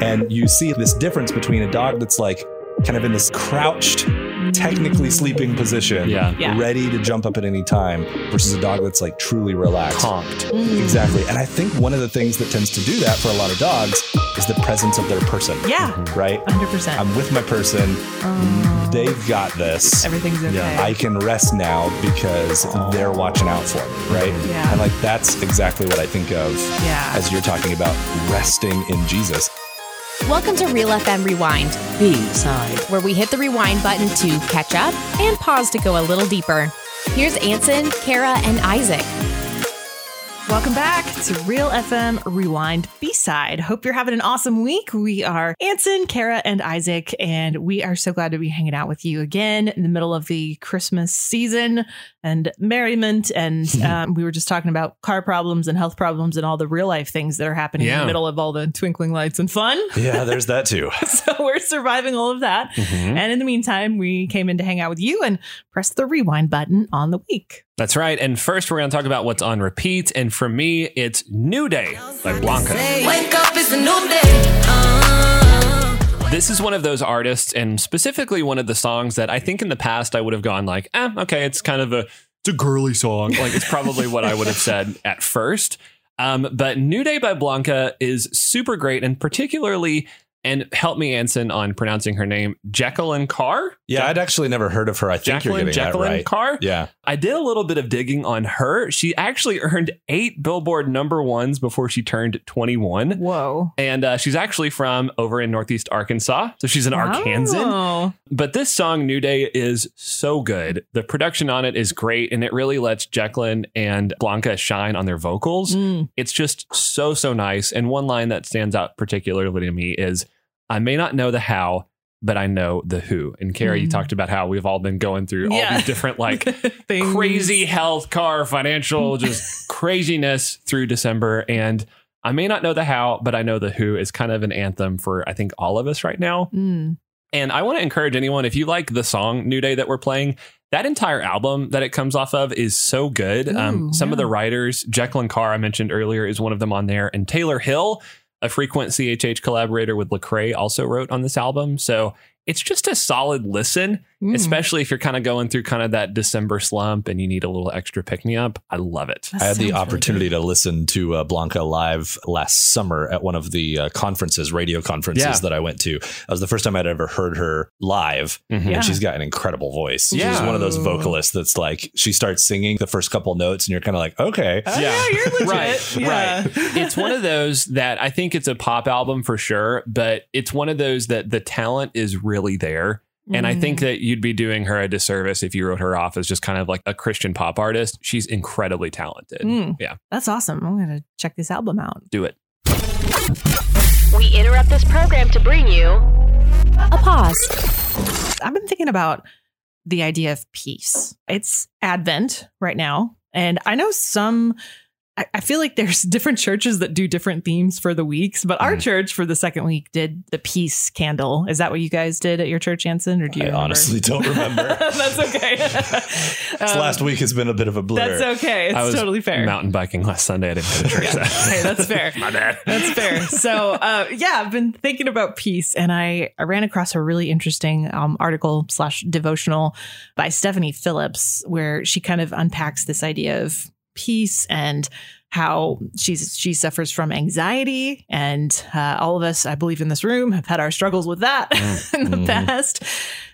And you see this difference between a dog that's like kind of in this crouched, technically sleeping position, Yeah. Yeah. ready to jump up at any time, versus a dog that's like truly relaxed. Conked. Mm. Exactly. And I think one of the things that tends to do that for a lot of dogs is the presence of their person, Yeah. right? 100%. I'm with my person. They've got this. Oh, Everything's okay. Yeah, I can rest now because they're watching out for me, right? Yeah. And like that's exactly what I think of Yeah. as you're talking about resting in Jesus. Welcome to Real FM Rewind, B side. where we hit the rewind button to catch up and pause to go a little deeper. Here's Anson, Kara, and Isaac. Welcome back to Real FM Rewind B Side. Hope you're having an awesome week. We are Anson, Kara, and Isaac, and we are so glad to be hanging out with you again in the middle of the Christmas season and merriment. And um, we were just talking about car problems and health problems and all the real life things that are happening in Yeah. the middle of all the twinkling lights and fun. Yeah, there's that too. so we're surviving all of that. Mm-hmm. And in the meantime, we came in to hang out with you and press the rewind button on the week. That's right. And first, we're going to talk about what's on repeat. And for me, it's New Day by Blanca. Wake up, it's a new day. This is one of those artists, and specifically one of the songs that I think in the past I would have gone like, eh, okay, it's kind of a it's a girly song. Like it's probably what I would have said at first. Um, but New Day by Blanca is super great, and particularly, and help me, Anson, on pronouncing her name, Jacqueline Carr. Yeah, I'd actually never heard of her. I think you're Jacqueline getting Jacqueline that right. Carr. Yeah. I did a little bit of digging on her. She actually earned eight Billboard number ones before she turned 21. Whoa. And uh, she's actually from over in Northeast Arkansas. So she's an Arkansan. Wow. But this song, New Day, is so good. The production on it is great. And it really lets Jacqueline and Blanca shine on their vocals. Mm. It's just so, so nice. And one line that stands out particularly to me is I may not know the how, but I know the who. And Carrie, you Mm. talked about how we've all been going through all Yeah. these different, like, Things. Mm. crazy health, car, financial, just craziness through December. And I may not know the how, but I know the who is kind of an anthem for, I think, all of us right now. Mm. And I want to encourage anyone if you like the song New Day that we're playing, that entire album that it comes off of is so good. um, Ooh, some of yeah. the writers, Jacqueline Carr, I mentioned earlier, is one of them on there, and Taylor Hill, a frequent CHH collaborator with Lecrae, also wrote on this album. So it's just a solid listen Mm. especially if you're kind of going through kind of that December slump and you need a little extra pick me up. I love it. That I had sounds the really opportunity to listen to uh, Blanca live last summer at one of the uh, conferences, radio conferences Yeah. that I went to. That was the first time I'd ever heard her live, Mm-hmm. Yeah. and she's got an incredible voice. She's Yeah. one of those vocalists that's like she starts singing the first couple notes, and you're kind of like, okay, good. Oh, yeah. Yeah. you're legit. Right, Yeah. It's one of those that I think it's a pop album for sure, but it's one of those that the talent is really there. And I Mm. think that you'd be doing her a disservice if you wrote her off as just kind of like a Christian pop artist. She's incredibly talented. Mm. Yeah, that's awesome. I'm gonna check this album out. do it. We interrupt this program to bring you A pause. I've been thinking about the idea of peace. It's Advent right now. And I know some, I, I feel like there's different churches that do different themes for the weeks, but our church for the second week did the peace candle. Is that what you guys did at your church, Anson? Or do you I remember? honestly don't remember. That's okay. This Um, last week has been a bit of a blur. That's okay. It's I was totally fair. Mountain biking last Sunday. I didn't go to church. so. Hey, that's fair. My bad. That's fair. So, uh, yeah, I've been thinking about peace, and I, I ran across a really interesting um, article slash devotional by Stephanie Phillips, where she kind of unpacks this idea of peace and how she's she suffers from anxiety, and uh, all of us, I believe, in this room have had our struggles with that in the Mhm. past.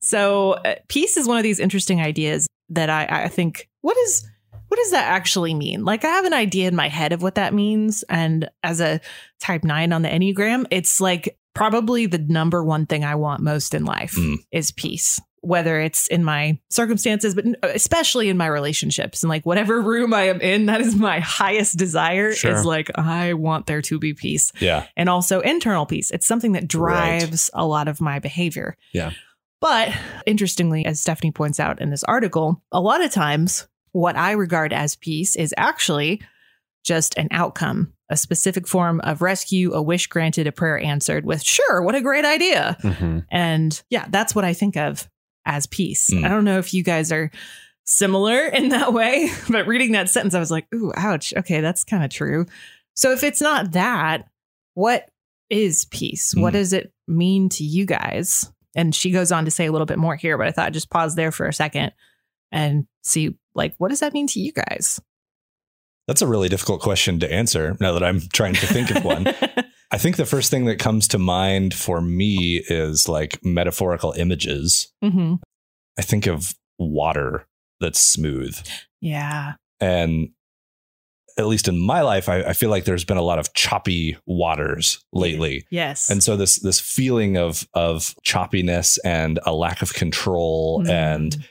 So, uh, peace is one of these interesting ideas that I, I think what is what does that actually mean? Like, I have an idea in my head of what that means. And as a type nine on the Enneagram, it's like probably the number one thing I want most in life Mm. is peace, whether it's in my circumstances, but uh, especially in my relationships and like whatever room I am in, that is my highest desire Sure. is like, I want there to be peace yeah, and also internal peace. It's something that Right. drives a lot of my behavior. Yeah. But interestingly, as Stephanie points out in this article, a lot of times what I regard as peace is actually just an outcome, a specific form of rescue, a wish granted, a prayer answered with, sure, what a great idea. Mhm. And yeah, that's what I think of as peace. Mm. I don't know if you guys are similar in that way, but reading that sentence, I was like, ooh, ouch. Okay, that's kind of true. So if it's not that, what is peace? What Mm. does it mean to you guys? And she goes on to say a little bit more here, but I thought I'd just pause there for a second and see like what does that mean to you guys? That's a really difficult question to answer now that I'm trying to think of one. I think the first thing that comes to mind for me is like metaphorical images. hmm I think of water that's smooth. Yeah. And at least in my life, I, I feel like there's been a lot of choppy waters lately. Yes. And so this this feeling of of choppiness and a lack of control Mm. and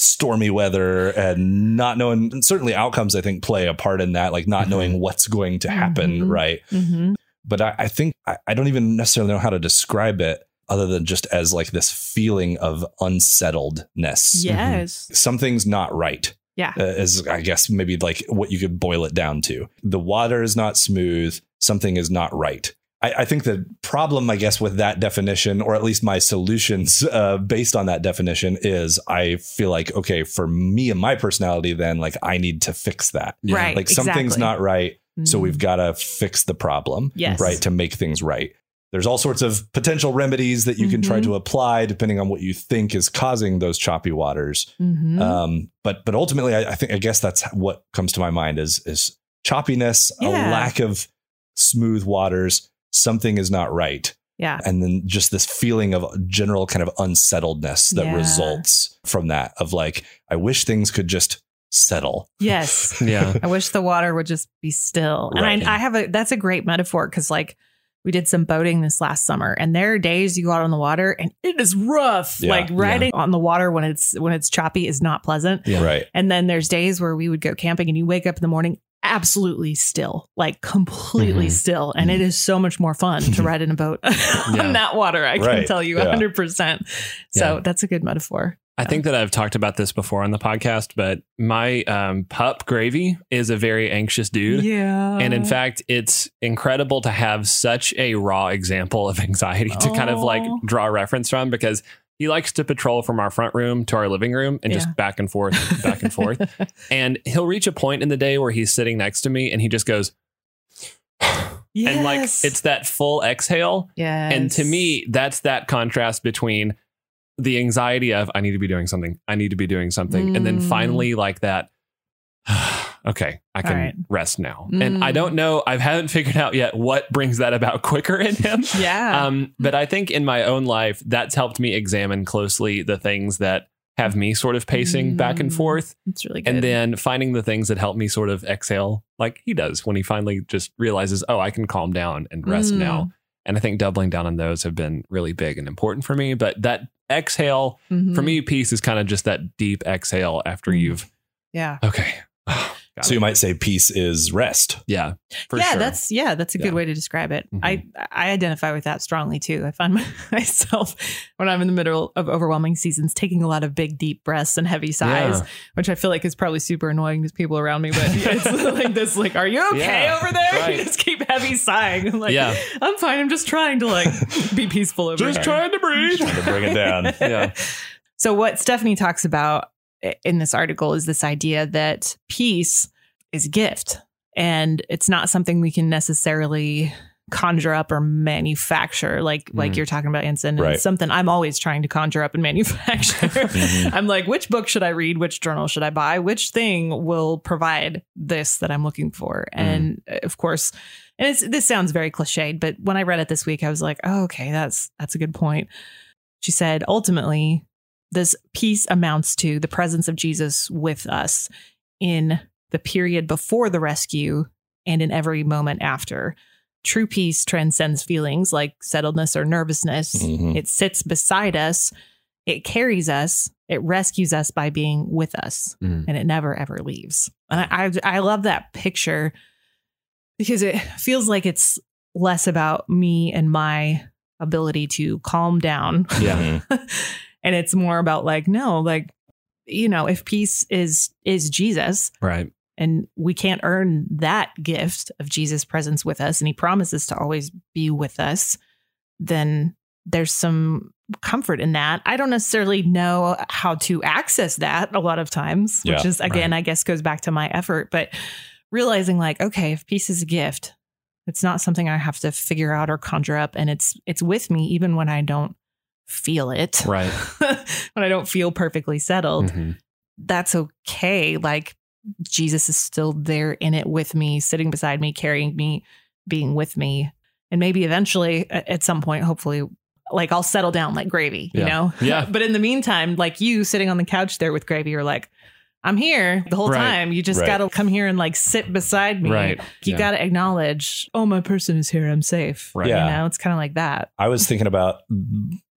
stormy weather and not knowing and certainly outcomes I think play a part in that, like not Mhm. knowing what's going to happen, Mhm. right? Mhm. But I, I think I, I don't even necessarily know how to describe it other than just as like this feeling of unsettledness. Yes. Something's not right. Yeah. Uh, is I guess maybe like what you could boil it down to. The water is not smooth. Something is not right. I, I think the problem, I guess, with that definition, or at least my solutions uh, based on that definition, is I feel like okay for me and my personality, then like I need to fix that. Yeah. Right. Like something's exactly. not right, so Mm. we've got to fix the problem, Yes. right? To make things right. There's all sorts of potential remedies that you can try Mhm. to apply depending on what you think is causing those choppy waters. Mhm. Um, but but ultimately, I, I think I guess that's what comes to my mind is is choppiness, a Yeah. lack of smooth waters, something is not right, yeah. and then just this feeling of general kind of unsettledness that Yeah. results from that of like I wish things could just settle. Yes. Yeah. I wish the water would just be still. And Right. I, I have a that's a great metaphor because like we did some boating this last summer, and there are days you go out on the water and it is rough. Yeah. like riding on the water when it's when it's choppy is not pleasant. Yeah. Right. And then there's days where we would go camping and you wake up in the morning absolutely still, like completely Mhm. still. And it is so much more fun to ride in a boat Yeah. on that water. I Right. can tell you Yeah. 100%. So Yeah. that's a good metaphor. I think that I've talked about this before on the podcast, but my um, pup Gravy is a very anxious dude. Yeah. And in fact, it's incredible to have such a raw example of anxiety to kind of like Aw. draw reference from because he likes to patrol from our front room to our living room and Yeah. just back and forth, back and forth. And he'll reach a point in the day where he's sitting next to me and he just goes, yes. and like it's that full exhale. yes. And to me, that's that contrast between the anxiety of I need to be doing something, I need to be doing something, and then Mm. finally like that. okay, I can right. rest now. And I Mm. don't know, I haven't figured out yet what brings that about quicker in him. yeah. Um, but I think in my own life, that's helped me examine closely the things that have me sort of pacing back and Mm. forth, It's really good. and then finding the things that help me sort of exhale, like he does when he finally just realizes, oh, I can calm down and rest Mm. now. And I think doubling down on those have been really big and important for me. But that exhale, for Mhm. me, peace is kind of just that deep exhale after Mm. you've, yeah, okay. Got So it. you might say peace is rest. yeah. For yeah, sure. that's yeah, that's a Yeah. good way to describe it. Mhm. I I identify with that strongly too. I find myself when I'm in the middle of overwhelming seasons taking a lot of big deep breaths and heavy sighs, Yeah. which I feel like is probably super annoying to people around me. But it's like this, like, are you okay Yeah, over there? right. You just keep heavy sighing. I'm like, Yeah. I'm fine. I'm just trying to like be peaceful over here. to breathe. Trying to bring it down. Yeah. So what Stephanie talks about i- in this article is this idea that peace is a gift and it's not something we can necessarily conjure up or manufacture like like Mm. you're talking about Anson and Right. it's something I'm always trying to conjure up and manufacture. Mm-hmm. I'm like which book should I read, which journal should I buy, which thing will provide this that I'm looking for. And uh, of course, and it's this sounds very cliched, but when I read it this week I was like, "Oh, okay, that's that's a good point." She said, "Ultimately, this peace amounts to the presence of Jesus with us in the period before the rescue and in every moment after. True peace transcends feelings like settledness or nervousness. Mhm. It sits beside us, it carries us, it rescues us by being with us, Mm. and it never ever leaves. And I, I, I love that picture because it feels like it's less about me and my ability to calm down Yeah. Mhm. and it's more about like no like you know if peace is is jesus Right. and we can't earn that gift of jesus presence with us and he promises to always be with us then there's some comfort in that i don't necessarily know how to access that a lot of times which Yeah, is again i guess goes back to my effort but realizing like okay if peace is a gift It's not something I have to figure out or conjure up, and it's it's with me even when I don't feel it, Right. when I don't feel perfectly settled. Mhm. That's okay. Like Jesus is still there in it with me, sitting beside me, carrying me, being with me, and maybe eventually a- at some point, hopefully. Like I'll settle down like gravy, you Yeah. know? Yeah. But in the meantime, like you sitting on the couch there with gravy, you're like, I'm here the whole Right. time. You just Right. gotta come here and like sit beside me. Right. You Yeah. gotta acknowledge, oh, my person is here. I'm safe. Right. Yeah. You know, it's kind of like that. I was thinking about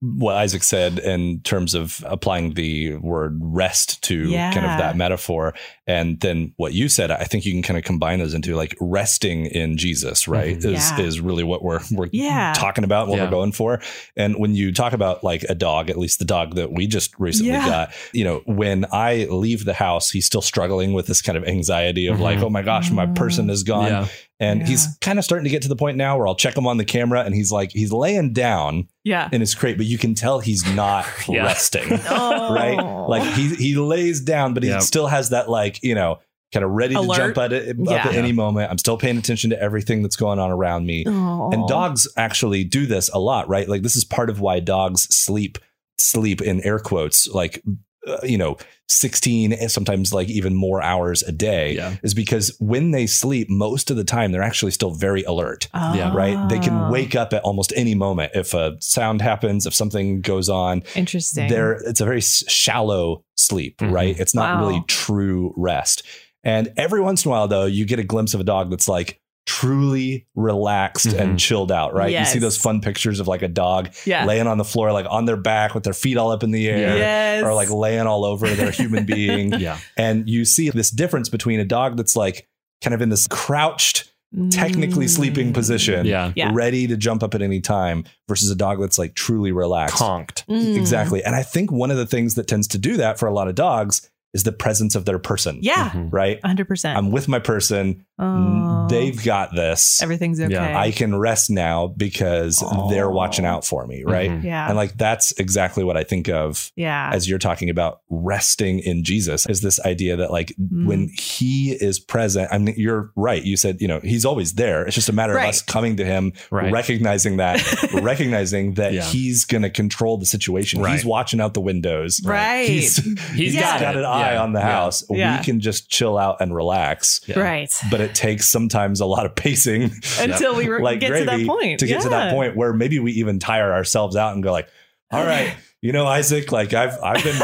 what Isaac said in terms of applying the word rest to kind Yeah. of that metaphor. And then what you said, I think you can kind of combine those into like resting in Jesus, right? Mhm. Is Yeah. is really what we're we're Yeah. talking about, what Yeah. we're going for. And when you talk about like a dog, at least the dog that we just recently Yeah. got, you know, when I leave the house, he's still struggling with this kind of anxiety of like, Mhm. oh my gosh, my Mm. person is gone. Yeah. And Yeah. he's kind of starting to get to the point now where I'll check him on the camera and he's like, he's laying down Yeah. in his crate, but you can tell he's not Yeah. resting, Oh. right? Like he, he lays down, but he Yeah. still has that like, you know, kind of ready Alert. to jump at it up Yeah. at any moment. I'm still paying attention to everything that's going on around me. And dogs actually do this a lot, right? Like this is part of why dogs sleep sleep in air quotes like uh, you know 16 and sometimes like even more hours a day Yeah. is because when they sleep most of the time they're actually still very alert Yeah. right they can Ah, wake up at almost any moment if a sound happens if something goes on Ah, Interesting. there it's a very s- shallow sleep Mhm. right it's not Wow. really true rest and every once in a while though you get a glimpse of a dog that's like truly relaxed and chilled out right you see Yes. those fun pictures of like a dog Yeah. laying on the floor like on their back with their feet all up in the air yes. or like laying all over their human being Yeah. and you see this difference between a dog that's like kind of in this crouched technically sleeping Mm. position Yeah. Yeah. ready to jump up at any time versus a dog that's like truly relaxed E, Conked. Mm. Exactly. And I think one of the things that tends to do that for a lot of dogs is the presence of their person. Yeah. Mhm. Right? 100%. I'm with my person. Oh. Um, They've got this. Everything's okay. Yeah. I can rest now because Oh. they're watching out for me. Right. Mhm. yeah. And like that's exactly what I think of yeah. as you're talking about resting in Jesus is this idea that like Mm. when he is present, I mean, you're right. You said, you know, he's always there. It's just a matter Right. of us coming to him Right. recognizing that, recognizing that Yeah. he's going to control the situation. Right. He's watching out the windows. Right. He's, He's he's Yeah. got, got it. an eye Yeah. on the Yeah. house. Yeah. We can just chill out and relax. Yeah. Right. But it takes sometimes a lot of pacing Until we re- like get to gravy that point. to get to that Yeah. Oh, point where maybe we even tire ourselves out and go like, all right, you know, Isaac, like I've I've been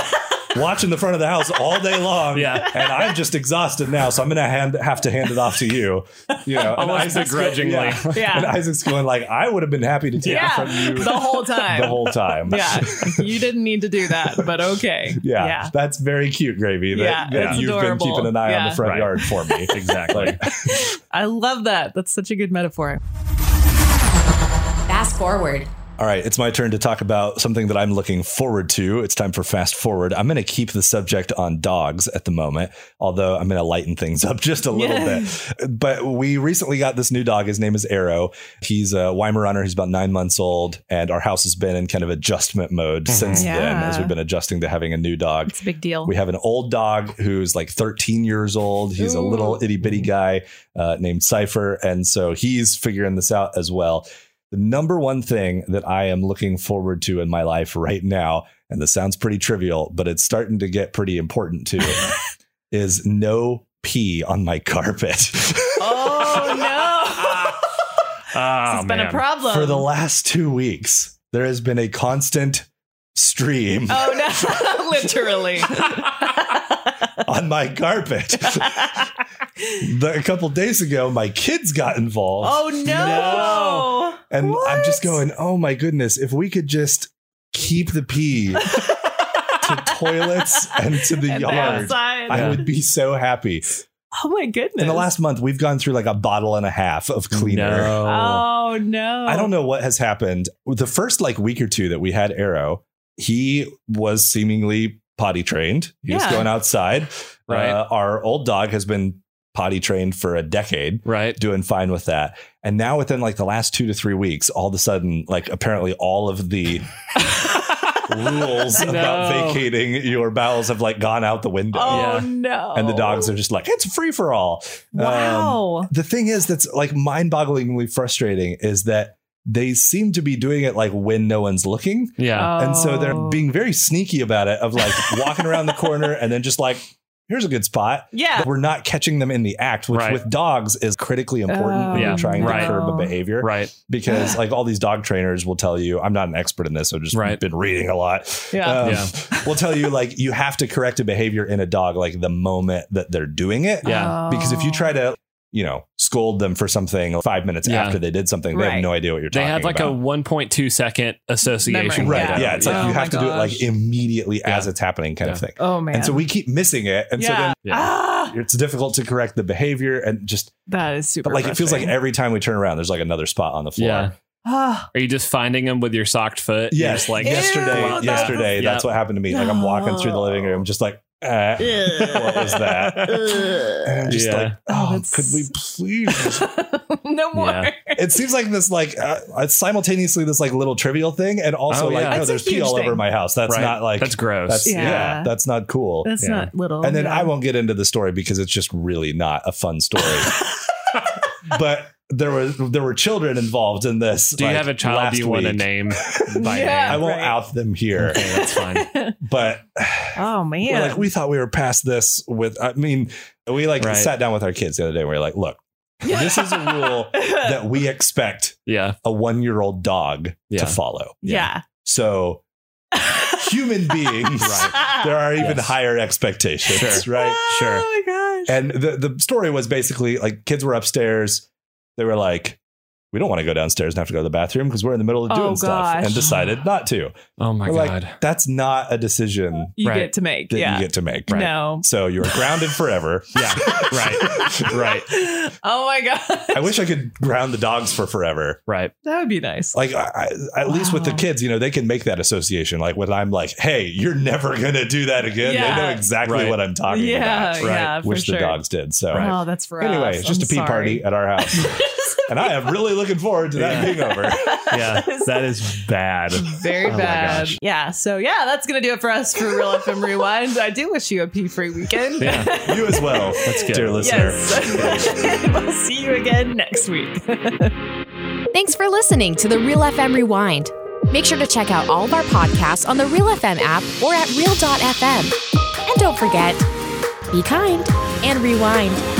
watching the front of the house all day long. Yeah. And I'm just exhausted now. So I'm gonna hand, have to hand it off to you. You know, and Almost Isaac's go- begrudgingly. yeah. Yeah. And Isaac's going like, I would have been happy to take Yeah. it from you the whole time. the whole time. yeah. You didn't need to do that, but okay. Yeah, Yeah. that's very cute, Gravy. That, Yeah, that that's you've adorable. been keeping an eye on Yeah. the front Right. yard for me. Exactly. Like, I love that. That's such a good metaphor. Fast forward. All right, it's my turn to talk about something that I'm looking forward to. It's time for fast forward. I'm going to keep the subject on dogs at the moment, although I'm going to lighten things up just a little bit. But we recently got this new dog. His name is Arrow. He's a Weimaraner. He's about nine months old, and our house has been in kind of adjustment mode since then Mm-hmm. Yeah. as we've been adjusting to having a new dog. It's a big deal. We have an old dog who's like 13 years old. He's a little itty bitty guy uh, named Cypher. And so he's figuring this out as well. The number one thing that I am looking forward to in my life right now, and this sounds pretty trivial, but it's starting to get pretty important too, is no pee on my carpet. oh no. Oh, this has been a Ah. man. problem. For the last two weeks, there has been a constant stream oh no. Literally. Oh. on my carpet. the, a couple days ago, my kids got involved. oh no. No. And I'm just What? going, oh my goodness, if we could just keep the pee to toilets and to the And yard, outside. I Yeah. would be so happy. oh my goodness. In the last month, we've gone through like a bottle and a half of cleaner. No. Oh no. I don't know what has happened. The first like week or two that we had Arrow, he was seemingly potty trained. He was Yeah. going outside. Right. Uh, our old dog has been potty trained for a decade Right. doing fine with that. And now within like the last two to three weeks, all of a sudden, like apparently all of the rules about No. vacating your bowels have like gone out the window. Oh Yeah. no! And the dogs are just like, it's free for all. Um, Wow. the thing is that's like mind-bogglingly frustrating is that they seem to be doing it like when no one's looking. Yeah. And so they're Oh. being very sneaky about it of like walking around the corner and then just like, here's a good spot. Yeah. But we're not catching them in the act, which Right. with dogs is critically important when Yeah. you're trying Right. to curb a Oh. behavior. Right. Because like all these dog trainers will tell you, I'm not an expert in this. I've just Right. been reading a lot. Yeah. Yeah. We'll tell you like you have to correct a behavior in a dog like the moment that they're doing it. Yeah. Because if you try to, you know, scold them for something five minutes Yeah. after they did something, they Right. have no idea what you're They talking had like about. a 1.2 second association. Memory. Right. Yeah. Yeah. It's Yeah. like Oh you have to my do it like gosh. immediately as Yeah. it's happening, kind of Yeah. thing. oh man. And so we keep missing it. And so yeah. then Yeah. Ah, it's difficult to correct the behavior and just, that is super. but like it feels like frustrating. every time we turn around, there's like another spot on the floor. Yeah. Ah. Are you just finding them with your socked foot? You're Yes, just like like yesterday, Ew, that's- yesterday, Yeah. that's what happened to me. Like I'm walking through the living room, just like, eh, what was that? And I'm just Yeah. like, oh, Oh, that's- could we please no more. Yeah. it seems like this like uh, it's simultaneously this like little trivial thing and also Oh, yeah. like no, That's a there's pee huge all over thing. my house that's Right. not like that's gross. that's- yeah. Yeah. that's not cool That's Yeah. not little. and then yeah. i won't get into the story because it's just really not a fun story but there were there were children involved in this Do you like, have a child last you want to week. name by Yeah. i name? won't Right. out them here Okay, that's fine. but Oh we're man. like we thought we were past this with i mean we like Right. sat down with our kids the other day and we were like look this is a rule that we expect Yeah. a one-year-old dog Yeah. to follow yeah. So human beings, there are even Yes. higher expectations, Sure. right? Sure. Oh my gosh. And the, the story was basically like kids were upstairs. They were like, we don't want to go downstairs and have to go to the bathroom because we're in the middle of Oh, doing stuff gosh. and decided not to. Oh my We're god. like, that's not a decision you Right. get to make. that Yeah. you get to make. No. So you're grounded forever. Yeah. Right. Right. Oh my god. I wish I could ground the dogs for forever. Right. that would be nice. Like, I, I, at least with the Wow. kids, you know, they can make that association. Like, when I'm like, hey, you're never going to do that again, Yeah. they know exactly Right. what I'm talking about. yeah. right. Yeah. which for the sure. dogs did. So Oh, that's rough. anyway, it's just I'm a pee sorry. party at our house, and I am really looking forward to that Yeah. being over. Yeah. That is bad. Very Oh my bad. gosh. Yeah. So yeah, that's gonna do it for us for Real FM Rewind. I do wish you a pee free weekend. Yeah. You as well, That's good. dear listener. Yes. we'll see you again next week. Thanks for listening to the Real FM Rewind. Make sure to check out all of our podcasts on the Real FM app or at Real.fm. And don't forget, be kind and rewind.